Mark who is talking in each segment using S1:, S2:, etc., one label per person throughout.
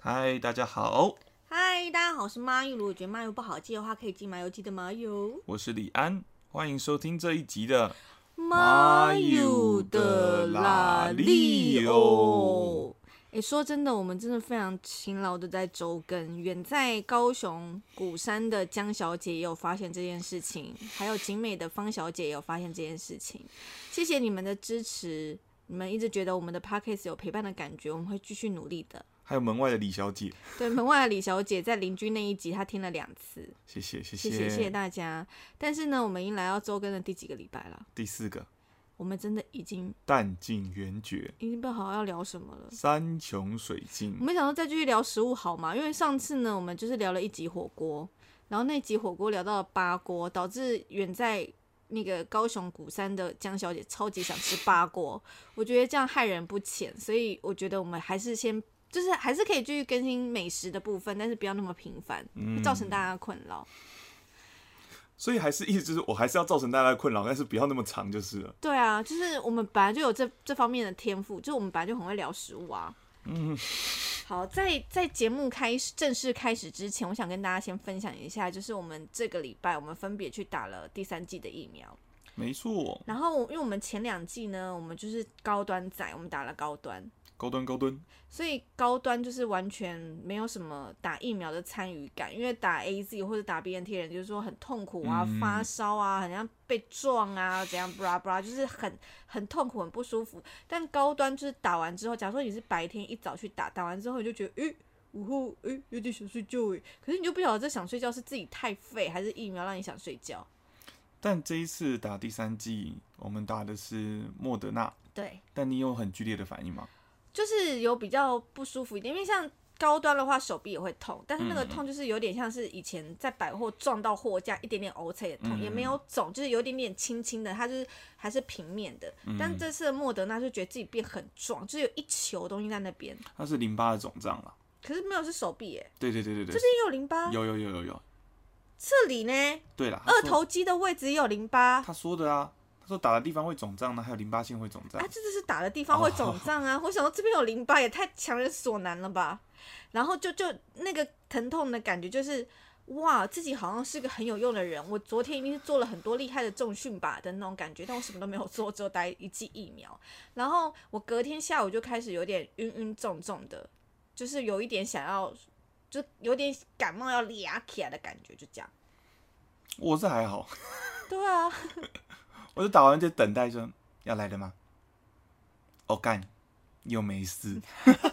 S1: 嗨，大家好，
S2: 嗨，大家好，我是麻油。如果觉得麻油不好记的话，可以记麻油记的麻油。
S1: 我是李安，欢迎收听这一集的。
S2: 麻油的拉力哦。诶，说真的，我们真的非常勤劳的在周更。远在高雄鼓山的江小姐也有发现这件事情，还有景美的方小姐也有发现这件事情。谢谢你们的支持，你们一直觉得我们的 podcast 有陪伴的感觉，我们会继续努力的。
S1: 还有门外的李小姐，
S2: 对，门外的李小姐在邻居那一集，她听了两次，
S1: 谢谢谢
S2: 谢谢谢谢大家。但是呢，我们已经来到周更的第几个礼拜了，
S1: 第四个
S2: 我们真的已经
S1: 弹尽援绝，
S2: 已经不好要聊什么了。
S1: 山穷水
S2: 我
S1: 尽，
S2: 们想说再继续聊食物好吗？因为上次呢，我们就是聊了一集火锅，然后那集火锅聊到了八锅，导致远在那个高雄鼓山的江小姐超级想吃八锅，我觉得这样害人不浅，所以我觉得我们还是先就是还是可以继续更新美食的部分，但是不要那么频繁，会造成大家的困扰。
S1: 所以还是一直就是我还是要造成大家的困扰，但是不要那么长就是了。
S2: 对啊，就是我们本来就有这这方面的天赋，就是我们本来就很会聊食物啊。嗯，好，在在节目开始正式开始之前，我想跟大家先分享一下，就是我们这个礼拜我们分别去打了第三季的疫苗，
S1: 没错，
S2: 然后因为我们前两季呢，我们就是高端仔，我们打了高端，
S1: 高端高端，
S2: 所以高端就是完全没有什么打疫苗的参与感，因为打 A Z 或者打 B N T 人就是说很痛苦啊，
S1: 嗯
S2: 发烧啊，很像被撞啊，怎样布拉布拉，就是很很痛苦，很不舒服。但高端就是打完之后，假如说你是白天一早去打，打完之后你就觉得，诶、午后诶、有点想睡觉诶、欸可是你就不晓得这想睡觉是自己太废，还是疫苗让你想睡觉。
S1: 但这一次打第三季，我们打的是莫德纳，
S2: 对，
S1: 但你有很剧烈的反应吗？
S2: 就是有比较不舒服一点，因为像高端的话，手臂也会痛，但是
S1: 嗯
S2: 那个痛就是有点像是以前在百货撞到货架一点点 O C 的痛，也没有肿，就是有一点点轻轻的，它就是还是平面的。
S1: 嗯
S2: 但这次的莫德纳就觉得自己变很壮，就是有一球东西在那边，
S1: 它是淋巴的肿胀啦。
S2: 可是没有是手臂耶，
S1: 对对对对对，
S2: 这边也有淋巴，
S1: 有有有有有，
S2: 这里呢
S1: 对啦，他
S2: 二
S1: 说
S2: 头啊肌的位置也有淋巴啊，
S1: 他说的啊，他说打的地方会肿胀呢，还有淋巴腺会肿胀
S2: 啊这。就是打的地方会肿胀啊。我想到这边有淋巴，也太强人所难了吧。然后就就那个疼痛的感觉，就是哇，自己好像是个很有用的人。我昨天一定是做了很多厉害的重训吧的那种感觉，但我什么都没有做，只有打一剂疫苗。然后我隔天下午就开始有点晕晕重重的，就是有一点想要，就有点感冒要裂起来的感觉，就这样。
S1: 我是还好，
S2: 对啊，
S1: 我就打完就等待说要来了吗？哦干，又没事。
S2: 嗯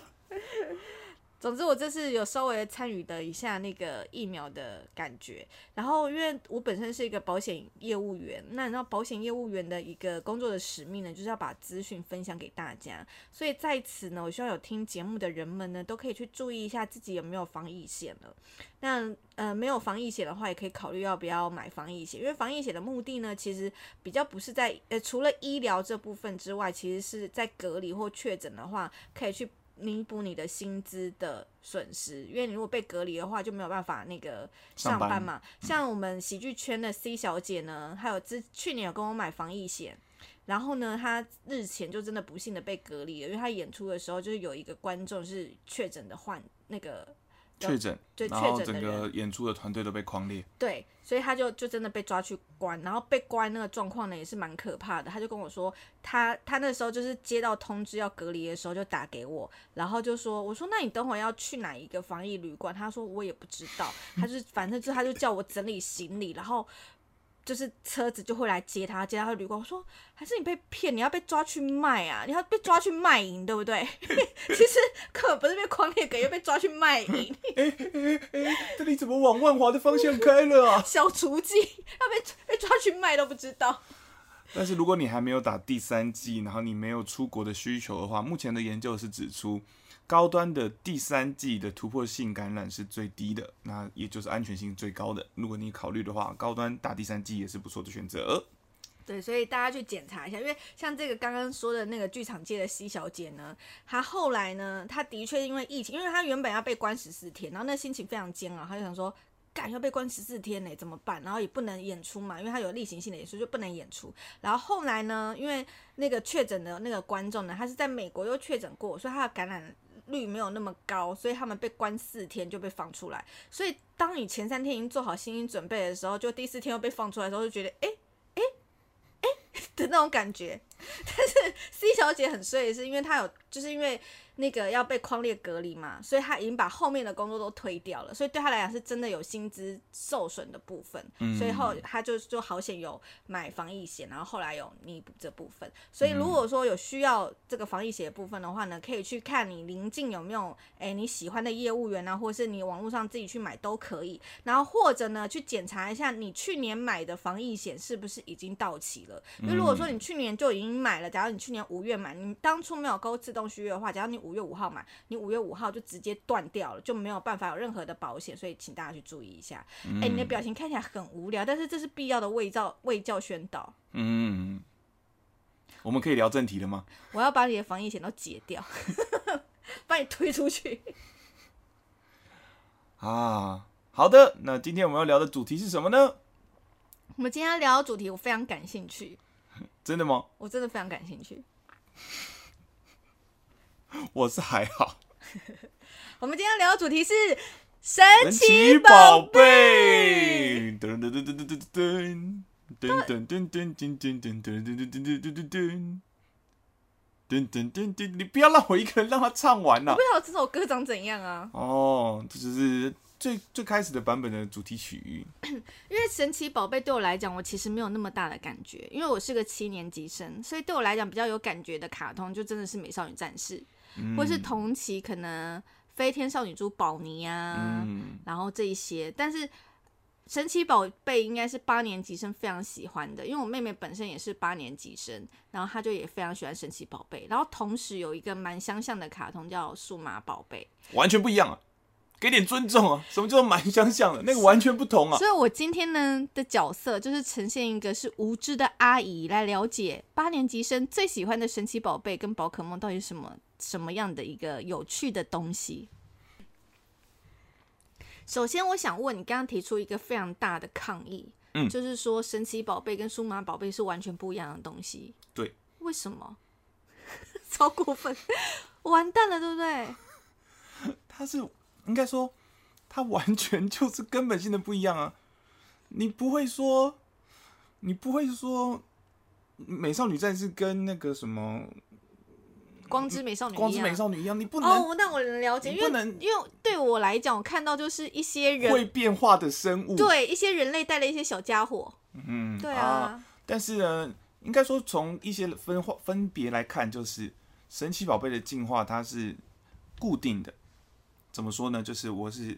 S2: 总之，我这次有稍微参与了一下那个疫苗的感觉，然后因为我本身是一个保险业务员，那你知道保险业务员的一个工作的使命呢，就是要把资讯分享给大家，所以在此呢，我希望有听节目的人们呢，都可以去注意一下自己有没有防疫险了。那呃，没有防疫险的话，也可以考虑要不要买防疫险，因为防疫险的目的呢，其实比较不是在呃除了医疗这部分之外，其实是在隔离或确诊的话，可以去弥补你的薪资的损失，因为你如果被隔离的话，就没有办法那个
S1: 上
S2: 上
S1: 班
S2: 班嘛。像我们喜剧圈的 C 小姐呢，还有之去年有跟我买防疫险。然后呢，她日前就真的不幸的被隔离了，因为她演出的时候就是有一个观众是确诊的患那个
S1: 确诊，
S2: 对
S1: 然后
S2: 确诊的
S1: 整
S2: 人
S1: 个演出的团队都被狂裂。
S2: 对，所以他就就真的被抓去关，然后被关那个状况呢也是蛮可怕的。他就跟我说，他他那时候就是接到通知要隔离的时候就打给我，然后就说，我说那你等会要去哪一个防疫旅馆？他说我也不知道，他就是反正就他就叫我整理行李，然后。就是车子就会来接他，接他去旅馆。我说，还是你被骗，你要被抓去卖啊，你要被抓去卖淫，对不对？ 其实根本不是被狂猎给，又被抓去卖淫。
S1: 这里怎么往万华的方向开了啊？
S2: 小雏妓，要被被抓去卖都不知道。
S1: 但是如果你还没有打第三剂，然后你没有出国的需求的话，目前的研究是指出，高端的第三剂的突破性感染是最低的，那也就是安全性最高的。如果你考虑的话，高端打第三剂也是不错的选择。
S2: 对，所以大家去检查一下，因为像这个刚刚说的那个剧场界的西小姐呢，她后来呢，她的确因为疫情，因为她原本要被关十四天，然后那心情非常煎熬，她就想说。干要被关十四天呢，怎么办？然后也不能演出嘛，因为她有例行性的演出就不能演出。然后后来呢，因为那个确诊的那个观众呢，他是在美国又确诊过，所以他的感染率没有那么高，所以他们被关四天就被放出来。所以当你前三天已经做好心理准备的时候，就第四天又被放出来的时候，就觉得诶诶诶 的那种感觉。但是 C 小姐很衰的是，因为她有就是因为那个要被框列隔离嘛，所以她已经把后面的工作都推掉了，所以对她来讲是真的有薪资受损的部分。所以后她就就好险有买防疫险，然后后来有弥补这部分。所以如果说有需要这个防疫险的部分的话呢，可以去看你临近有没有哎、你喜欢的业务员啊，或是你网络上自己去买都可以。然后或者呢去检查一下你去年买的防疫险是不是已经到期了。因为如果说你去年就已经买了，假如你去年五月买，你当初没有勾自动续约的话，假如你五月五号买，你五月五号就直接断掉了，就没有办法有任何的保险，所以请大家去注意一下。哎、你的表情看起来很无聊，但是这是必要的卫教卫教宣导。
S1: 嗯，我们可以聊正题了吗？
S2: 我要把你的防疫险都解掉， 把你推出去。
S1: 啊，好的，那今天我们要聊的主题是什么呢？
S2: 我们今天要聊的主题，我非常感兴趣，
S1: 真的吗？
S2: 我真的非常感兴趣。
S1: 我是还好。
S2: 我们今天要聊的主题是神
S1: 神
S2: 奇
S1: 奇
S2: 宝
S1: 宝
S2: 贝。
S1: 贝，噔噔噔噔噔噔噔噔噔噔噔噔噔噔噔噔噔噔噔噔。噔噔噔噔，你不要让我一个人让他唱完
S2: 我
S1: 呐
S2: 不、晓得这首歌长怎样啊，
S1: 哦，这就是最最开始的版本的主题曲。
S2: 因为神奇宝贝对我来讲，我其实没有那么大的感觉，因为我是个七年级生，所以对我来讲比较有感觉的卡通就真的是美少女战士，或
S1: 嗯
S2: 是同期可能飞天少女猪宝妮啊，
S1: 嗯，
S2: 然后这一些，但是。神奇宝贝应该是八年级生非常喜欢的，因为我妹妹本身也是八年级生，然后她就也非常喜欢神奇宝贝，然后同时有一个蛮相像的卡通叫数码宝贝，
S1: 完全不一样啊！给点尊重啊！什么叫做蛮相像的？那个完全不同啊！
S2: 所以我今天呢的角色就是呈现一个是无知的阿姨，来了解八年级生最喜欢的神奇宝贝跟宝可梦到底是什么什么样的一个有趣的东西。首先，我想问你，刚刚提出一个非常大的抗议，
S1: 嗯
S2: 就是说神奇宝贝跟数码宝贝是完全不一样的东西，
S1: 对，
S2: 为什么？ 超过分，完蛋了，对不对？
S1: 它是应该说，它完全就是根本性的不一样啊！你不会说，你不会说，美少女战士跟那个什么
S2: 光之美少女一样，
S1: 光之美少女一样，你不能
S2: 啊哦，那我能了解，
S1: 你
S2: 因
S1: 不
S2: 为
S1: 能
S2: 因为对我来讲，我看到就是一些人
S1: 会变化的生物。，
S2: 对一些人类带了一些小家伙，
S1: 嗯，
S2: 对啊，
S1: 但是呢，应该说从一些分化分别来看，就是神奇宝贝的进化它是固定的。怎么说呢？就是我是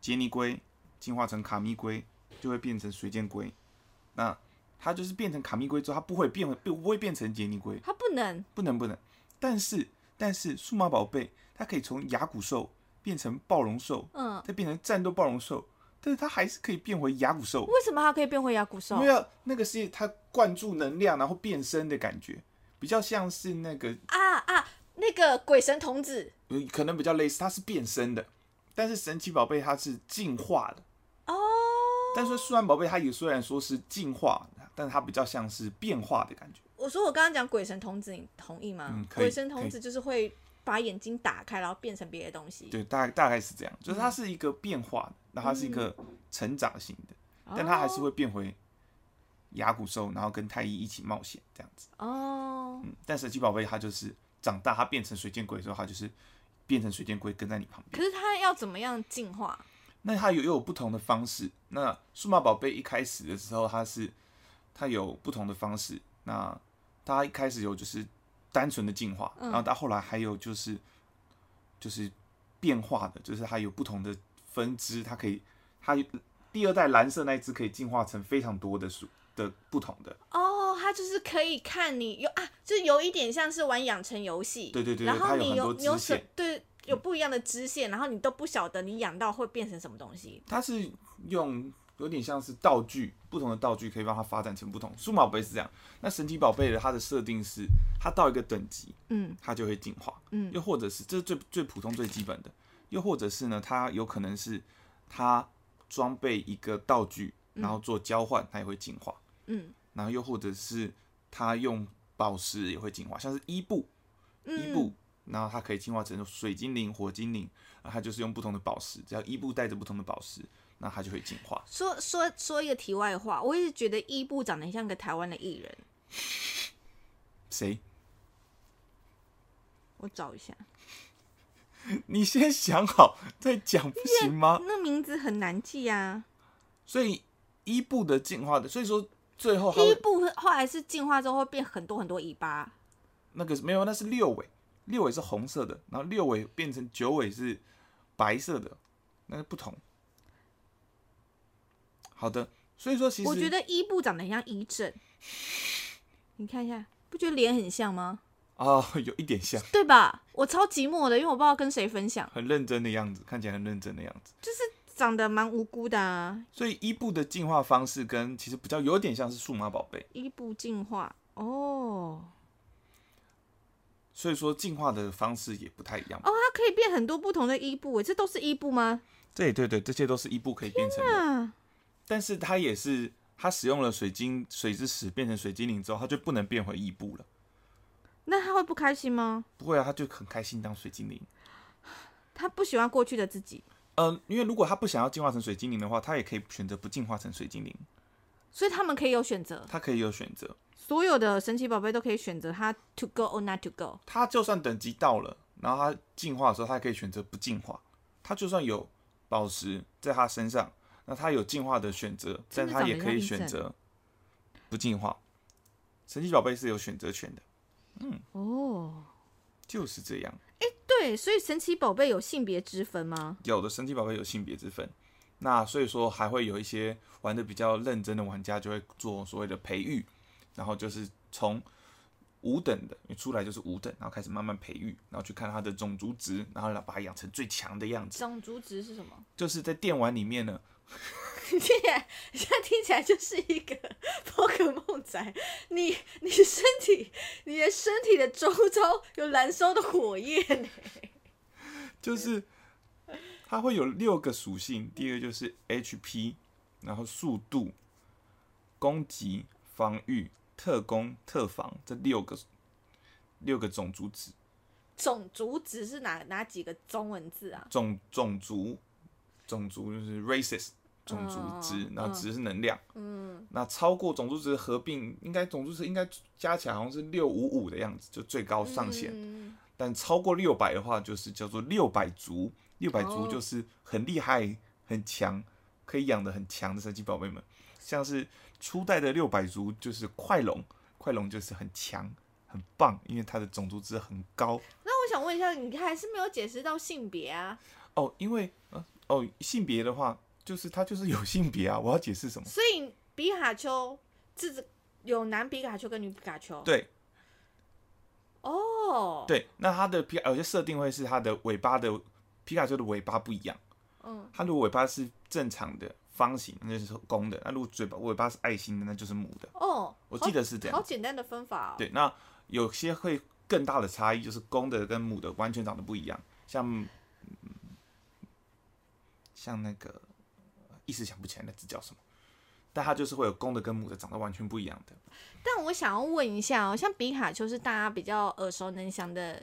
S1: 杰尼龟进化成卡密龟，就会变成水箭龟。那它就是变成卡密龟之后，它不会变回，不不会变成杰尼龟，
S2: 他不能
S1: 不能不能。但是但是数码宝贝它可以从牙骨兽变成暴龙兽，
S2: 嗯，
S1: 再变成战斗暴龙兽，但是它还是可以变回牙骨兽。
S2: 为什么他可以变回牙骨兽
S1: 因？为啊那个是它灌注能量然后变身的感觉，比较像是那个
S2: 啊啊，那个鬼神童子
S1: 呃可能比较类似，它是变身的，但是神奇宝贝它是进化的，
S2: 哦，
S1: 但是数码宝贝它也虽然说是进化，但它比较像是变化的感觉。
S2: 我说我刚刚讲鬼神童子，你同意吗？
S1: 嗯可以
S2: 鬼神童子就是会把眼睛打开，然后变成别的东西，
S1: 对，大大概是这样，就是它是一个变化的，那它是一个成长型的，但它还是会变回牙骨兽，然后跟太一一起冒险这样子。
S2: 哦。
S1: 嗯，但神奇宝贝它就是长大，它变成水箭龟之后，它就是变成水箭龟跟在你旁边。
S2: 可是他要怎么样进化？
S1: 那它有又有不同的方式。那数码宝贝一开始的时候，它是它有不同的方式。那它一开始有就是单纯的进化，
S2: 嗯
S1: 然后到后来还有就是就是变化的，就是它有不同的分支，它可以它第二代蓝色那一只可以进化成非常多的属的不同的，
S2: 哦，它就是可以看你有啊，就是有一点像是玩养成游戏，
S1: 对对对
S2: 然
S1: 它
S2: 后
S1: 有
S2: 你
S1: 很
S2: 有
S1: 多
S2: 你有
S1: 支
S2: 什
S1: 线
S2: 对有不一样的支线，然后你都不晓得你养到会变成什么东西。
S1: 它是用有点像是道具，不同的道具可以让它发展成不同。数码宝贝是这样，那神奇宝贝的它的设定是它到一个等级，
S2: 嗯
S1: 它就会进化，
S2: 嗯
S1: 又或者是这是最最普通最基本的，又或者是呢，它有可能是它装备一个道具，然后做交换，它也会进化，
S2: 嗯
S1: 然后又或者是它用宝石也会进化，像是伊布，伊
S2: 嗯，
S1: 布然后它可以进化成水精灵、火精灵，啊它就是用不同的宝石，只要伊布带着不同的宝石，那它就会进化。
S2: 说说说一个题外话，我一直觉得伊布长得像个台湾的艺人，
S1: 谁？
S2: 我找一下，
S1: 你先想好再讲，不行吗？
S2: 那名字很难记啊。
S1: 所以伊布的进化的，所以说最后它
S2: 伊
S1: 会
S2: 布后来是进化之后会变很多很多尾巴，
S1: 那个没有，那是六尾，六尾是红色的，然后六尾变成九尾是白色的，那是不同。好的，所以说其实
S2: 我觉得伊布长得很像伊正，你看一下，不觉得脸很像吗？
S1: 啊、 有一点像，
S2: 对吧？我超寂寞的，因为我不知道跟谁分享，
S1: 很认真的样子，看起来很认真的样子。
S2: 长得蛮无辜的啊。
S1: 所以伊布的进化方式跟其实比较有点像是数码宝贝，
S2: 伊布进化哦
S1: 所以说进化的方式也不太一样。
S2: 哦，它可以变很多不同的伊布，诶，这都是伊布吗？
S1: 对对对，这些都是伊布可以变成的，
S2: 啊，
S1: 但是它也是它使用了水晶水之石变成水精灵之后，它就不能变回伊布了。
S2: 那他会不开心吗？
S1: 不会啊，它就很开心当水精灵。
S2: 他不喜欢过去的自己，
S1: 呃，因为如果他不想要进化成水精灵的话，他也可以选择不进化成水精灵，
S2: 所以他们可以有选择，
S1: 他可以有选择。
S2: 所有的神奇宝贝都可以选择它 to go or not to go。
S1: 他就算等级到了，然后他进化的时候，他也可以选择不进化。他就算有宝石在他身上，那他有进化的选择，
S2: 真
S1: 但
S2: 的
S1: 他
S2: 长
S1: 也
S2: 得
S1: 可以
S2: 像
S1: 选
S2: 医生
S1: 择不进化。神奇宝贝是有选择权的，
S2: 哦，
S1: 就是这样。
S2: 对，所以神奇宝贝有性别之分吗？
S1: 有的神奇宝贝有性别之分，那所以说还会有一些玩的比较认真的玩家就会做所谓的培育，然后就是从五等的，你出来就是五等，然后开始慢慢培育，然后去看它的种族值，然后来把它养成最强的样子。
S2: 种族值是什么？
S1: 就是在电玩里面呢，
S2: 听起来，现在听起来就是一个宝可梦仔。你你身体，你的身体的周遭有燃烧的火焰呢。
S1: 就是它会有六个属性，第一个就是 HP，然后速度、攻击、防御、特攻、特防这六个六个种族值。
S2: 种族值是哪哪几个中文字啊？
S1: 种种族，种族就是 racist 种族值
S2: 嗯，
S1: 然后值是能量，嗯，那超过种族值合并，应该种族值应该加起来好像是六五五的样子，就最高哦上限。
S2: 嗯
S1: 但超过六百的话，就是叫做六百族，六百族
S2: 哦
S1: 就是很厉害、很强，可以养的很强的神奇宝贝们，像是初代的六百族就是快龙，快龙就是很强、很棒，因为它的种族值很高。
S2: 那我想问一下，你还是没有解释到性别啊？
S1: 哦，因为呃哦，性别的话，就是他就是有性别啊，我要解释什么？
S2: 所以皮卡丘这只有男皮卡丘跟女皮卡丘。
S1: 对
S2: 哦，，
S1: 对，那他的皮有些设定会是他的尾巴的皮卡丘的尾巴不一样，
S2: 嗯，
S1: 它如果尾巴是正常的方形，那就是公的；那如果嘴巴尾巴是爱心的，那就是母的。
S2: 哦，
S1: 我记得是这
S2: 好
S1: 样。
S2: 简单的分法、哦。，
S1: 对，那有些会更大的差异就是公的跟母的完全长得不一样，像、嗯、像那个一时想不起来那只叫什么，但它就是会有公的跟母的长得完全不一样的。
S2: 但我想要问一下哦，像皮卡丘是大家比较耳熟能详的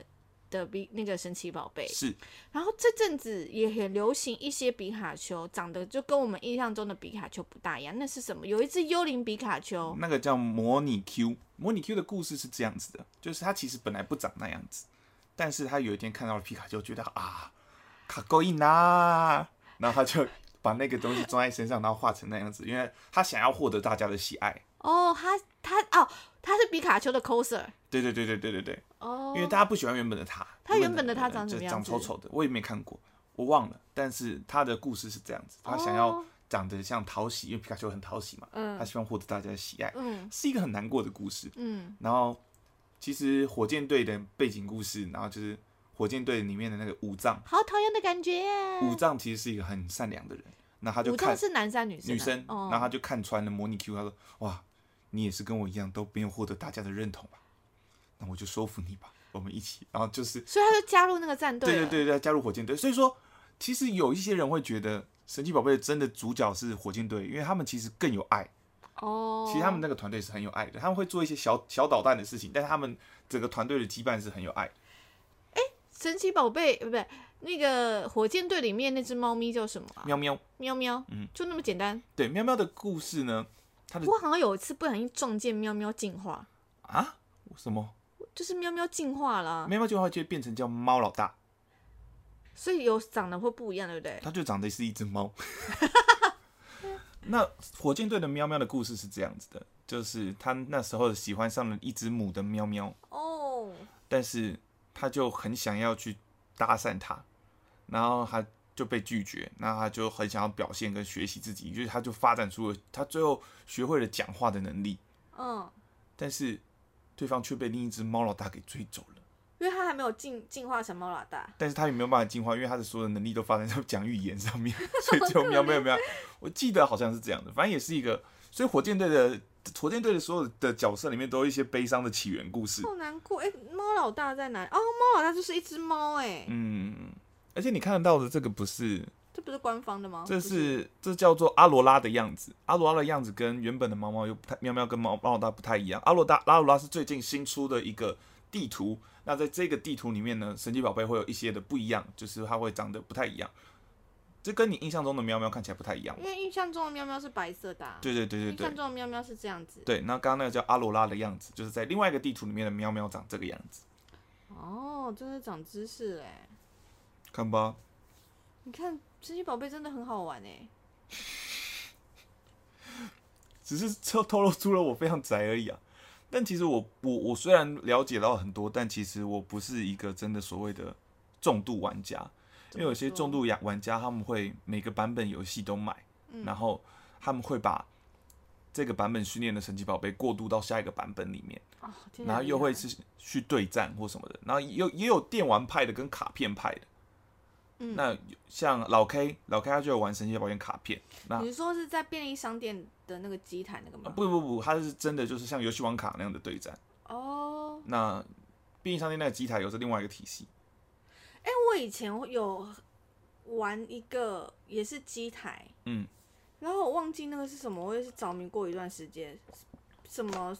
S2: 的比那个神奇宝贝，
S1: 是
S2: 然后这阵子也很流行一些皮卡丘，长得就跟我们印象中的皮卡丘不大一样，那是什么？有一只幽灵皮卡丘，
S1: 那个叫模拟 Q，模拟 Q 的故事是这样子的，就是它其实本来不长那样子，但是它有一天看到了皮卡丘，觉得啊，卡够硬啦，然后他就把那个东西装在身上，然后画成那样子，因为他想要获得大家的喜爱。
S2: 哦，它它哦，它是皮卡丘的 coser，
S1: 对对对对对对对，
S2: 哦，
S1: 因为大家不喜欢原本的他，
S2: 他原本的他
S1: 呃
S2: 长什
S1: 就
S2: 么样
S1: 长
S2: 子
S1: 丑丑的，我也没看过，我忘了，但是他的故事是这样子，他想要
S2: 哦
S1: 长得像讨喜，因为皮卡丘很讨喜嘛，
S2: 嗯
S1: 他希望获得大家的喜爱，
S2: 嗯
S1: 是一个很难过的故事。
S2: 嗯，
S1: 然后其实火箭队的背景故事，然后就是火箭队里面的那个武藏，
S2: 好讨厌的感觉。
S1: 武藏其实是一个很善良的人，那他就
S2: 嗯武藏
S1: 看
S2: 是男生还是女生、啊？
S1: 女生，
S2: 哦
S1: 然后他就看穿了模拟 Q，他说：“哇，你也是跟我一样都没有获得大家的认同吧？那我就说服你吧，我们一起。”然后就是
S2: 所以他就加入那个战队。
S1: 对对。对对，加入火箭队。所以说，其实有一些人会觉得。神奇宝贝真的主角是火箭队，因为他们其实更有爱，
S2: 哦。
S1: 其实他们那个团队是很有爱的，他们会做一些小小捣蛋的事情，但是他们整个团队的羁绊是很有爱的。
S2: 神奇宝贝呃不对，那个火箭队里面那只猫咪叫什么啊？
S1: 喵喵，
S2: 喵喵，
S1: 嗯，
S2: 就那么简单。
S1: 对，喵喵的故事呢？它的
S2: 我好像有一次不小心撞见喵喵进化，
S1: 啊，什么？
S2: 就是喵喵进化了啊，
S1: 喵喵进化就会变成叫猫老大，
S2: 所以有长得会不一样，对不对？
S1: 它就长得是一只猫。 那火箭队的喵喵的故事是这样子的，就是他那时候喜欢上了一只母的喵喵，
S2: 哦，
S1: 但是他就很想要去搭讪她，然后他就被拒绝，那他就很想要表现跟学习自己，于是他就发展出了他最后学会了讲话的能力，
S2: 嗯，
S1: 但是对方却被另一只猫老大给追走了。
S2: 因为它还没有进进化成猫老大，
S1: 但是他也没有办法进化，因为他的所有的能力都发展在讲语言上面， 所以就喵喵喵。我记得好像是这样的，反正也是一个，所以火箭队的火箭队的所有的角色里面都有一些悲伤的起源故事。
S2: 好难过。哎、猫老大在哪里？哦，猫老大就是一只猫，哎，
S1: 嗯，而且你看得到的这个不是
S2: 这不是官方的吗？
S1: 这
S2: 不哦是
S1: 是这叫做阿罗拉的样子，阿罗拉的样子跟原本的猫猫又不太喵喵跟猫猫老大不太一样。阿罗大阿罗拉是最近新出的一个地图，那在这个地图里面呢，神奇宝贝会有一些的不一样，就是它会长得不太一样，这跟你印象中的喵喵看起来不太一样
S2: 因。为印象中的喵喵是白色的、啊，
S1: 对对对对
S2: 印象
S1: 对
S2: 中的喵喵是这样子。
S1: 对，那刚刚那个叫阿罗拉的样子，就是在另外一个地图里面的喵喵长这个样子，
S2: 哦，真的长知识哎！
S1: 看吧，
S2: 你看神奇宝贝真的很好玩哎，
S1: 只是透透露出了我非常宅而已啊。但其实我我我虽然了解到很多，但其实我不是一个真的所谓的重度玩家，因为有些重
S2: 度
S1: 度玩玩家他们会每个版本游戏都买，
S2: 嗯
S1: 然后他们会把这个版本训练的神奇宝贝过渡到下一个版本里面，
S2: 哦，天哪
S1: 然后又
S2: 厉害
S1: 会是去对战或什么的，然后也有也有电玩派的跟卡片派的。
S2: 嗯
S1: 那像老 K，老 K 他就有玩神奇宝贝卡片，那啊
S2: 你是说是在便利商店的那个机台那个吗？
S1: 不不不，他是真的就是像游戏王卡那样的对战。
S2: 哦，
S1: 那便利商店那个机台又是另外一个体系，
S2: 哎、我以前有玩一个也是机台，
S1: 嗯，
S2: 然后我忘记那个是什么，我也是着迷过一段时间，什么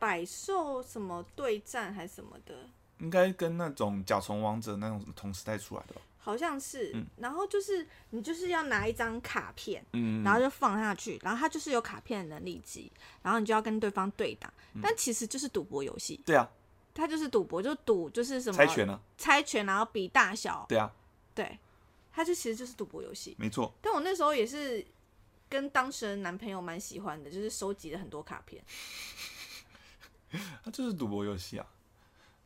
S2: 百兽什么对战还是什么的，
S1: 应该跟那种甲虫王者那种同时代出来的吧？
S2: 好像是。
S1: 嗯
S2: 然后就是你就是要拿一张卡片，
S1: 嗯，
S2: 然后就放下去，然后它就是有卡片的能力值，然后你就要跟对方对打，
S1: 嗯
S2: 但其实就是赌博游戏，
S1: 对啊，
S2: 它就是赌博，就赌就是什么
S1: 猜拳啊，
S2: 猜拳，然后比大小，
S1: 对啊，
S2: 对，它就其实就是赌博游戏。
S1: 没错。
S2: 但我那时候也是跟当时的男朋友蛮喜欢的，就是收集了很多卡片。
S1: 它就是赌博游戏啊。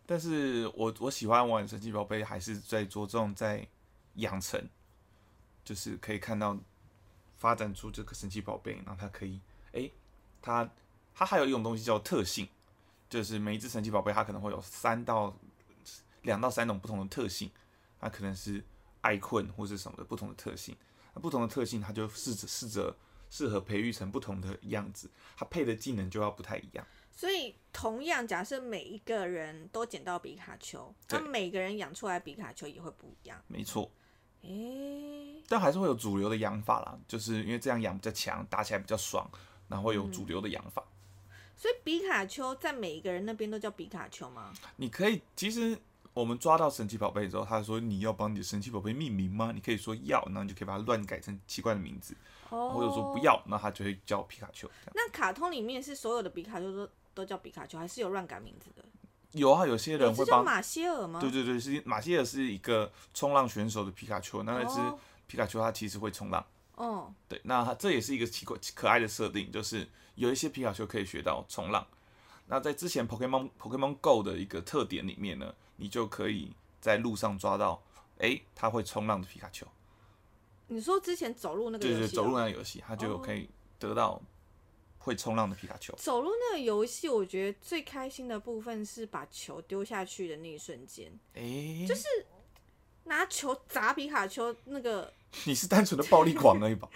S1: 但是我我喜欢玩神奇宝贝，还是在着重在养成，就是可以看到发展出这个神奇宝贝，然后它可以，诶，它它还有一种东西叫特性，就是每一只神奇宝贝它可能会有三到两到三种不同的特性，它可能是爱困或是什么的不同的特性，那不同的特性它就试着试着适合培育成不同的样子，它配的技能就要不太一样。
S2: 所以，同样，假设每一个人都捡到比卡丘，那
S1: 对
S2: 每个人养出来比卡丘也会不一样。
S1: 没错。
S2: 诶、
S1: 但还是会有主流的养法啦，就是因为这样养比较强，打起来比较爽，然后会有
S2: 嗯
S1: 主流的养法。
S2: 所以比卡丘在每一个人那边都叫比卡丘吗？
S1: 你可以，其实我们抓到神奇宝贝之后，他说你要帮你的神奇宝贝命名吗？你可以说要，然后你就可以把它乱改成奇怪的名字，
S2: 哦
S1: 或者说不。要，那他就会叫皮卡丘。这样
S2: 那卡通里面是所有的比卡丘都都叫比卡丘，还是有乱改名字的？
S1: 有啊，有些人
S2: 你
S1: 会
S2: 是叫
S1: 帮。
S2: 马歇尔吗？
S1: 对对对，是马歇尔是一个冲浪选手的皮卡丘，那那只
S2: 哦
S1: 皮卡丘它其实会冲浪。
S2: 哦，
S1: 对，那它这也是一个奇怪可爱的设定，就是有一些皮卡丘可以学到冲浪。那在之前 Pokemon Pokemon Go 的一个特点里面呢，你就可以在路上抓到，诶，它会冲浪的皮卡丘，
S2: 你说之前走路那个
S1: 就
S2: 游戏哦、
S1: 是走路那个游戏，它就有可以得到会冲浪的皮卡丘。
S2: 走路那个游戏，我觉得最开心的部分是把球丢下去的那一瞬间，
S1: 诶，就是
S2: 拿球砸皮卡丘，那个
S1: 你是单纯的暴力狂而已吧？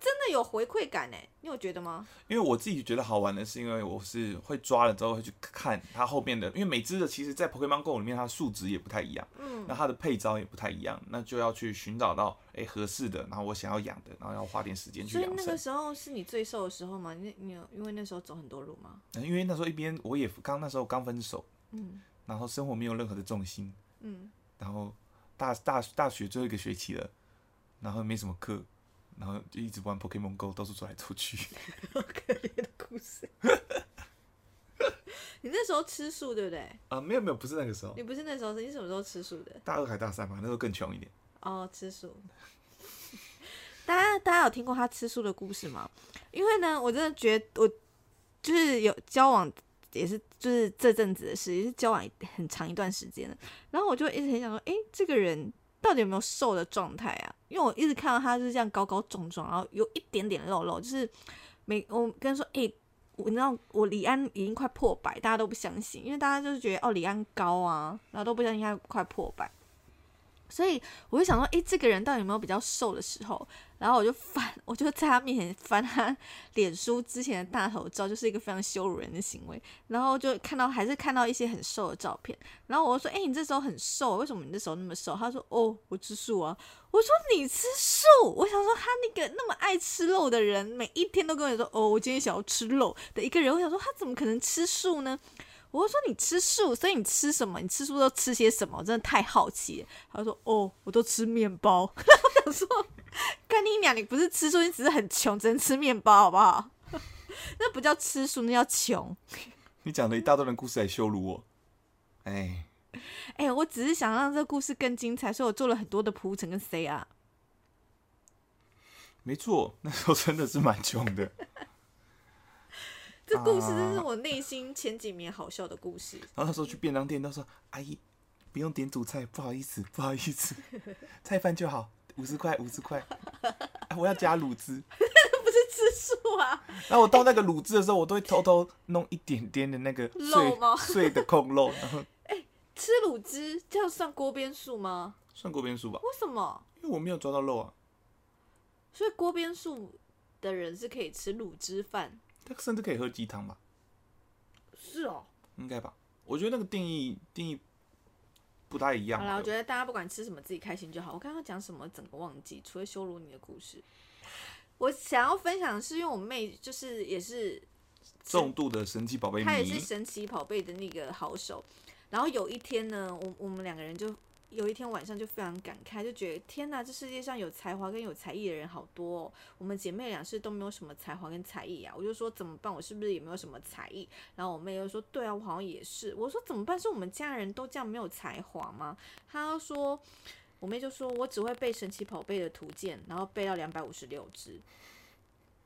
S2: 真的有回馈感哎，你有觉得吗？
S1: 因为我自己觉得好玩的是，因为我是会抓了之后会去看它后面的，因为每只的其实，在 Pokemon Go 里面它的数值也不太一样，
S2: 嗯，
S1: 那它的配招也不太一样，那就要去寻找到诶合适的，然后我想要养的，然后要花点时间去
S2: 所以
S1: 养
S2: 那
S1: 生
S2: 个。时候是你最瘦的时候吗？你你有因为那时候走很多路吗？
S1: 嗯因为那时候一边我也刚那时候刚分手，
S2: 嗯
S1: 然后生活没有任何的重心，
S2: 嗯，
S1: 然后大大大学最后一个学期了，然后没什么课，然后就一直玩 Pokemon Go，到处走来走去。
S2: 好可怜的故事。你那时候吃素对不对？
S1: 啊、没有没有，不是那个时候，
S2: 你不是那时候吃，你什么时候吃素的？
S1: 大二还大三吧，那时候更穷一点。
S2: 哦，吃素。 大家大家有听过他吃素的故事吗？因为呢，我真的觉得我就是有交往，也是就是这阵子的事，也是交往一很长一段时间了。然后我就一直很想说，诶，这个人到底有没有瘦的状态啊？因为我一直看到他就是这样高高壮壮，然后有一点点肉肉，就是每我跟他说，诶，我你知道我李安已经快破百，大家都不相信，因为大家就是觉得哦李安高啊，然后都不相信他快破百，所以我就想说，诶，这个人到底有没有比较瘦的时候？然后我就翻，我就在他面前翻他脸书之前的大头照，就是一个非常羞辱人的行为。然后就看到还是看到一些很瘦的照片，然后我就说：“诶，你这时候很瘦，为什么你那时候那么瘦？”他说：“哦，我吃素啊。”我说：“你吃素？”我想说他那个那么爱吃肉的人，每一天都跟我说：“哦，我今天想要吃肉的一个人。”我想说他怎么可能吃素呢？我就说你吃素，所以你吃什么？你吃素都吃些什么？我真的太好奇了。他说：“哦，我都吃面包。” 我想说，干你娘！你不是吃素，你只是很穷，只能吃面包，好不好？ 那不叫吃素，那叫穷。
S1: 你讲了一大段的故事来羞辱我，哎，
S2: 哎、我只是想让这个故事更精彩，所以我做了很多的铺陈跟啊 C R。
S1: 没错， 那时候真的是蛮穷的。
S2: 这故事真是我内心前几年好笑的故事。
S1: 然后那时候去便当店，他说：“阿姨，不用点主菜，不好意思，不好意思， 菜饭就好，五十块，五十块。啊我要加卤汁。
S2: 这不是吃素啊，
S1: 然后我到那个卤汁的时候，我都会偷偷弄一点点的那个
S2: 肉吗
S1: 碎碎的控肉，然后
S2: 吃卤汁这样算锅边素吗？
S1: 算锅边素吧，
S2: 为什么？
S1: 因为我没有抓到肉啊。
S2: 所以锅边素的人是可以吃卤汁饭。
S1: 他甚至可以喝鸡汤吧，
S2: 是哦。
S1: 应该吧？我觉得那个定义定义不大一样
S2: 好啦，我觉
S1: 的。
S2: 得大家不管吃什么，自己开心就好。我刚刚讲什么，整个忘记，除了羞辱你的故事，我想要分享的是因为我妹就是也是
S1: 重度的神奇宝贝
S2: 她也是
S1: 迷，
S2: 神奇宝贝的那个好手。然后有一天呢，我我们两个人就有一天晚上就非常感慨，就觉得天哪，这世界上有才华跟有才艺的人好多、哦。我们姐妹俩是都没有什么才华跟才艺啊。我就说怎么办？我是不是也没有什么才艺？然后我妹又说对啊，我好像也是。我说怎么办？是我们家人都这样没有才华吗？她说。我妹就说：“我只会背神奇宝贝的图鉴，然后背到两百五十六只，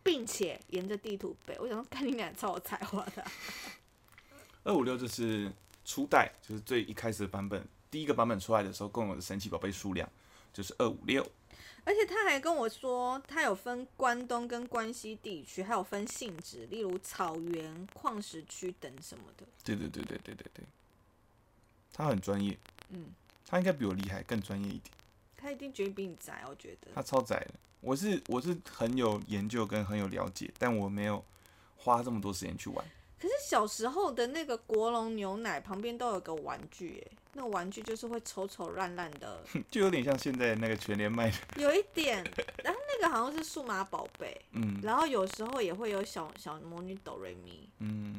S2: 并且沿着地图背。我想说，看你俩超有才华的啊、
S1: 二五六就是初代，就是最一开始的版本，第一个版本出来的时候，共有的神奇宝贝数量就是二五六。
S2: 而且他还跟我说，他有分关东跟关西地区，还有分性质，例如草原、矿石区等什么的。
S1: 对对对对对对对，他很专业，
S2: 嗯，
S1: 他应该比我厉害，更专业一点。
S2: 他一定绝对比你宅，我觉
S1: 他
S2: 得。
S1: 超窄的，我是我是很有研究跟很有了解，但我没有花这么多时间去玩。
S2: 可是小时候的那个国龙牛奶旁边都有个玩具、耶，那个玩具就是会丑丑烂烂 的，
S1: 就有点像现在那个全联卖的，
S2: 有一点。然后那个好像是数码宝贝，
S1: 嗯
S2: 然后有时候也会有小小魔女哆瑞咪。
S1: 嗯，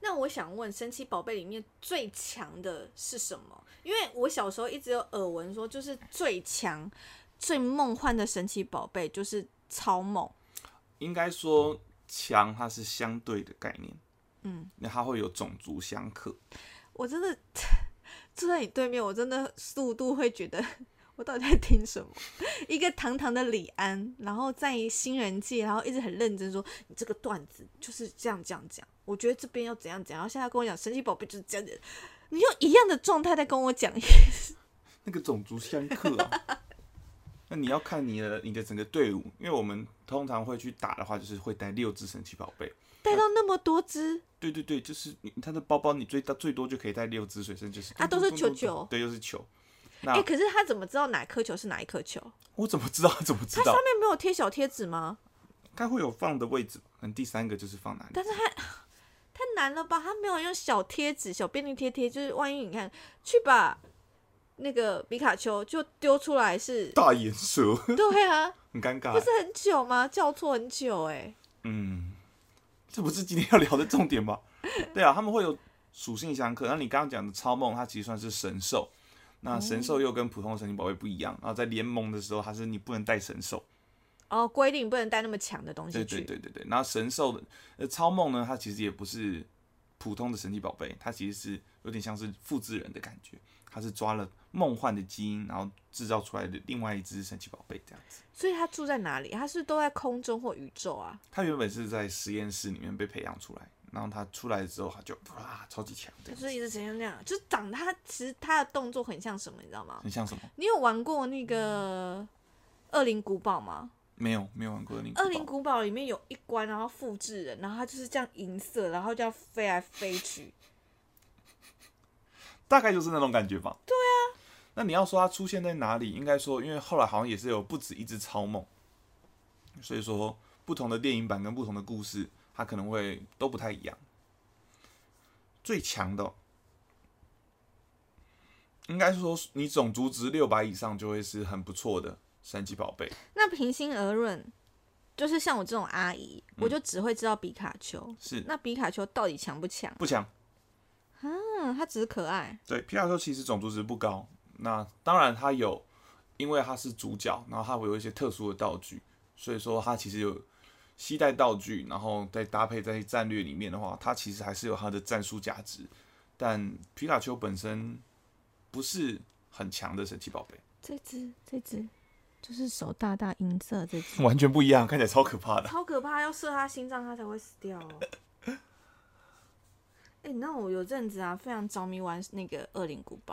S2: 那我想问，神奇宝贝里面最强的是什么？因为我小时候一直有耳闻说，就是最强、最梦幻的神奇宝贝就是超梦。
S1: 应该说强它是相对的概念，
S2: 嗯，
S1: 那它会有种族相克。
S2: 我真的 坐在你对面，我真的速度会觉得 我到底在听什么？一个堂堂的李安，然后在新人界，然后一直很认真说你这个段子就是这样这样讲，我觉得这边要怎样怎样，然后现在跟我讲神奇宝贝就是这样子，你用一样的状态在跟我讲
S1: 那个种族相克啊。 那你要看你的你的整个队伍，因为我们通常会去打的话，就是会带六只神奇宝贝。
S2: 带到那么多只，
S1: 对对对，就是你他的包包，你最大最多就可以带六只水生，就是
S2: 啊都是球球
S1: 对，又是球。
S2: 哎、
S1: 那
S2: 可是他怎么知道哪颗球是哪一颗球？
S1: 我怎么知道？怎么知
S2: 他
S1: 道
S2: 上？面没有贴小贴纸吗？
S1: 该会有放的位置吧。嗯，第三个就是放哪里？，
S2: 但是他 太难了吧？他没有用小贴纸、小便利贴贴，就是万一你看去把那个皮卡丘就丢出来是
S1: 大眼蛇，
S2: 对啊，
S1: 很尴
S2: 不
S1: 尬欸
S2: 是。很久吗？叫错很久哎、
S1: 嗯，这不是今天要聊的重点吧？对啊，他们会有属性相克。那你刚刚讲的超梦，它其实算是神兽，那神兽又跟普通的神奇宝贝不一样。然后在联盟的时候，它是你不能带神兽，
S2: 哦，规定不能带那么强的东西
S1: 对
S2: 去。
S1: 对对对对。然后神兽的呃超梦呢，它其实也不是普通的神奇宝贝，它其实是有点像是复制人的感觉，它是抓了梦幻的基因，然后制造出来的另外一只神奇宝贝这样子。
S2: 所以它住在哪里？啊它是都在空中或宇宙啊？
S1: 它原本是在实验室里面被培养出来，然后它出来之后，它就哇超级强，这
S2: 它
S1: 样
S2: 就是一直呈现那样，就是长它其实它的动作很像什么，你知道吗？
S1: 很像什么？
S2: 你有玩过那个《恶灵古堡》吗？
S1: 没有没有玩过的那
S2: 《
S1: 个
S2: 恶
S1: 古
S2: 灵
S1: 堡，
S2: 古堡》里面有一关，然后复制人，然后它就是这样银色，然后就要飞来飞去。
S1: 大概就是那种感觉吧。对啊。那你要说它出现在哪里？应该说，因为后来好像也是有不止一只超梦，所以说不同的电影版跟不同的故事，它可能会都不太一样。最强的哦、应该是说你总族值六百以上就会是很不错的神奇宝贝。
S2: 那平心而论，就是像我这种阿姨，我就只会知道比卡丘。
S1: 是
S2: 那比卡丘到底强不强？
S1: 不强，
S2: 嗯，它只是可爱。
S1: 对，皮卡丘其实种族值不高，那当然它有，因为它是主角，然后它会有一些特殊的道具，所以说它其实有携带道具，然后再搭配在战略里面的话，它其实还是有它的战术价值。但皮卡丘本身不是很强的神奇宝贝，
S2: 这只，这只，就是手大大银色这只，
S1: 完全不一样，看起来超可怕的。
S2: 超可怕，要射它心脏它才会死掉哦。 哎、那我有阵子啊，非常着迷玩那个《恶灵古堡》，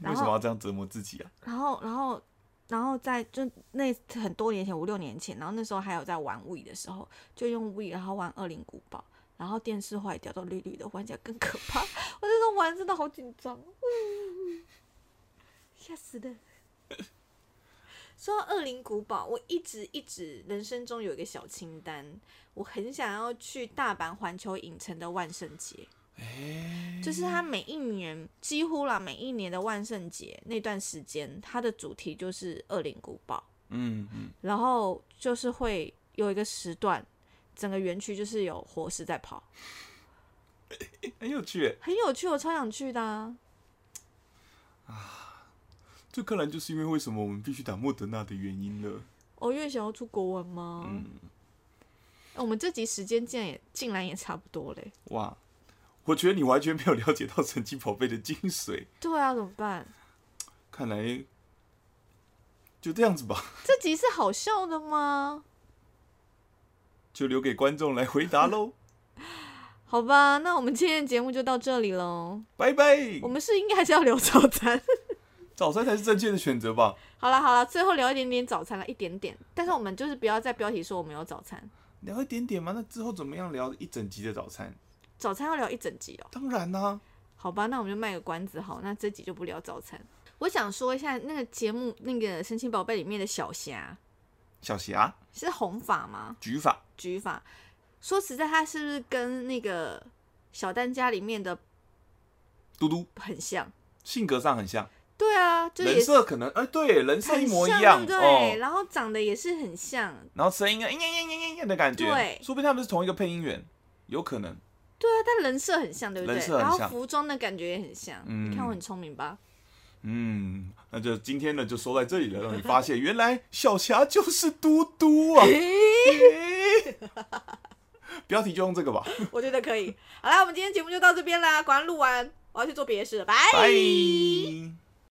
S2: 然
S1: 为什么
S2: 后，
S1: 要这样折磨自己啊？
S2: 然后，然后，然后在就那很多年前，五六年前，然后那时候还有在玩 We 的时候，就用 We 然后玩《恶灵古堡》，然后电视坏掉都绿绿的，玩起来更可怕。 我那时候玩真的好紧张，嗯吓死的。说到《恶灵古堡》，我一直一直人生中有一个小清单，我很想要去大阪环球影城的万圣节。就是它每一年几乎啦，每一年的万圣节那段时间，它的主题就是《恶灵古堡》。
S1: 嗯嗯，
S2: 然后就是会有一个时段，整个园区就是有活尸在跑，
S1: 很有趣耶，
S2: 很有趣，我超想去的、啊。
S1: 这可能就是因为为什么我们必须打莫德纳的原因了。
S2: 我越想要出国玩吗？
S1: 嗯
S2: 哎我们这集时间竟然也竟然也差不多嘞。
S1: 哇，我觉得你完全没有了解到神奇宝贝的精髓。
S2: 对啊，怎么办？
S1: 看来就这样子吧，
S2: 这集是好笑的吗？
S1: 就留给观众来 回答喽。
S2: 好吧，那我们今天的节目就到这里喽。
S1: 拜拜
S2: 我，们是应该还是要留早餐。
S1: 早餐才是正确的选择吧？
S2: 好了好了，最后留一点点早餐了，一点点。但是我们就是不要在标题说我们有早餐，
S1: 聊一点点嘛，那之后怎么样聊一整集的早餐？
S2: 早餐要聊一整集哦。
S1: 当然啦、
S2: 好吧，那我们就卖个关子好，那这集就不聊早餐。我想说一下那个节目，那个《神奇宝贝》里面的小霞
S1: 小霞
S2: 是红发吗？
S1: 举法
S2: 橘发？说实在，她是不是跟那个小丹家里面的
S1: 嘟嘟
S2: 很像？
S1: 性格上很像，
S2: 对啊，就
S1: 人
S2: 也是
S1: 设可能哎、对，人设
S2: 很
S1: 一模一
S2: 像
S1: 样
S2: 对不对？
S1: 哦。
S2: 然后长得也是很像，
S1: 然后声音啊，呀呀呀呀呀的感觉，
S2: 对
S1: 说不定他们是同一个配音员，有可能。
S2: 对啊，但人设很像，对不对
S1: 人？设很
S2: 然后
S1: 像
S2: 服装的感觉也很像。
S1: 嗯
S2: 你看我很聪明吧？
S1: 嗯，那就今天呢就收在这里了，让你发现原来小霞就是嘟嘟 啊。诶标题就用这个吧，
S2: 我哎觉得可以。好啦，我们今天节目就到这边啦，果然录完，我要去做别的事了，拜
S1: 拜。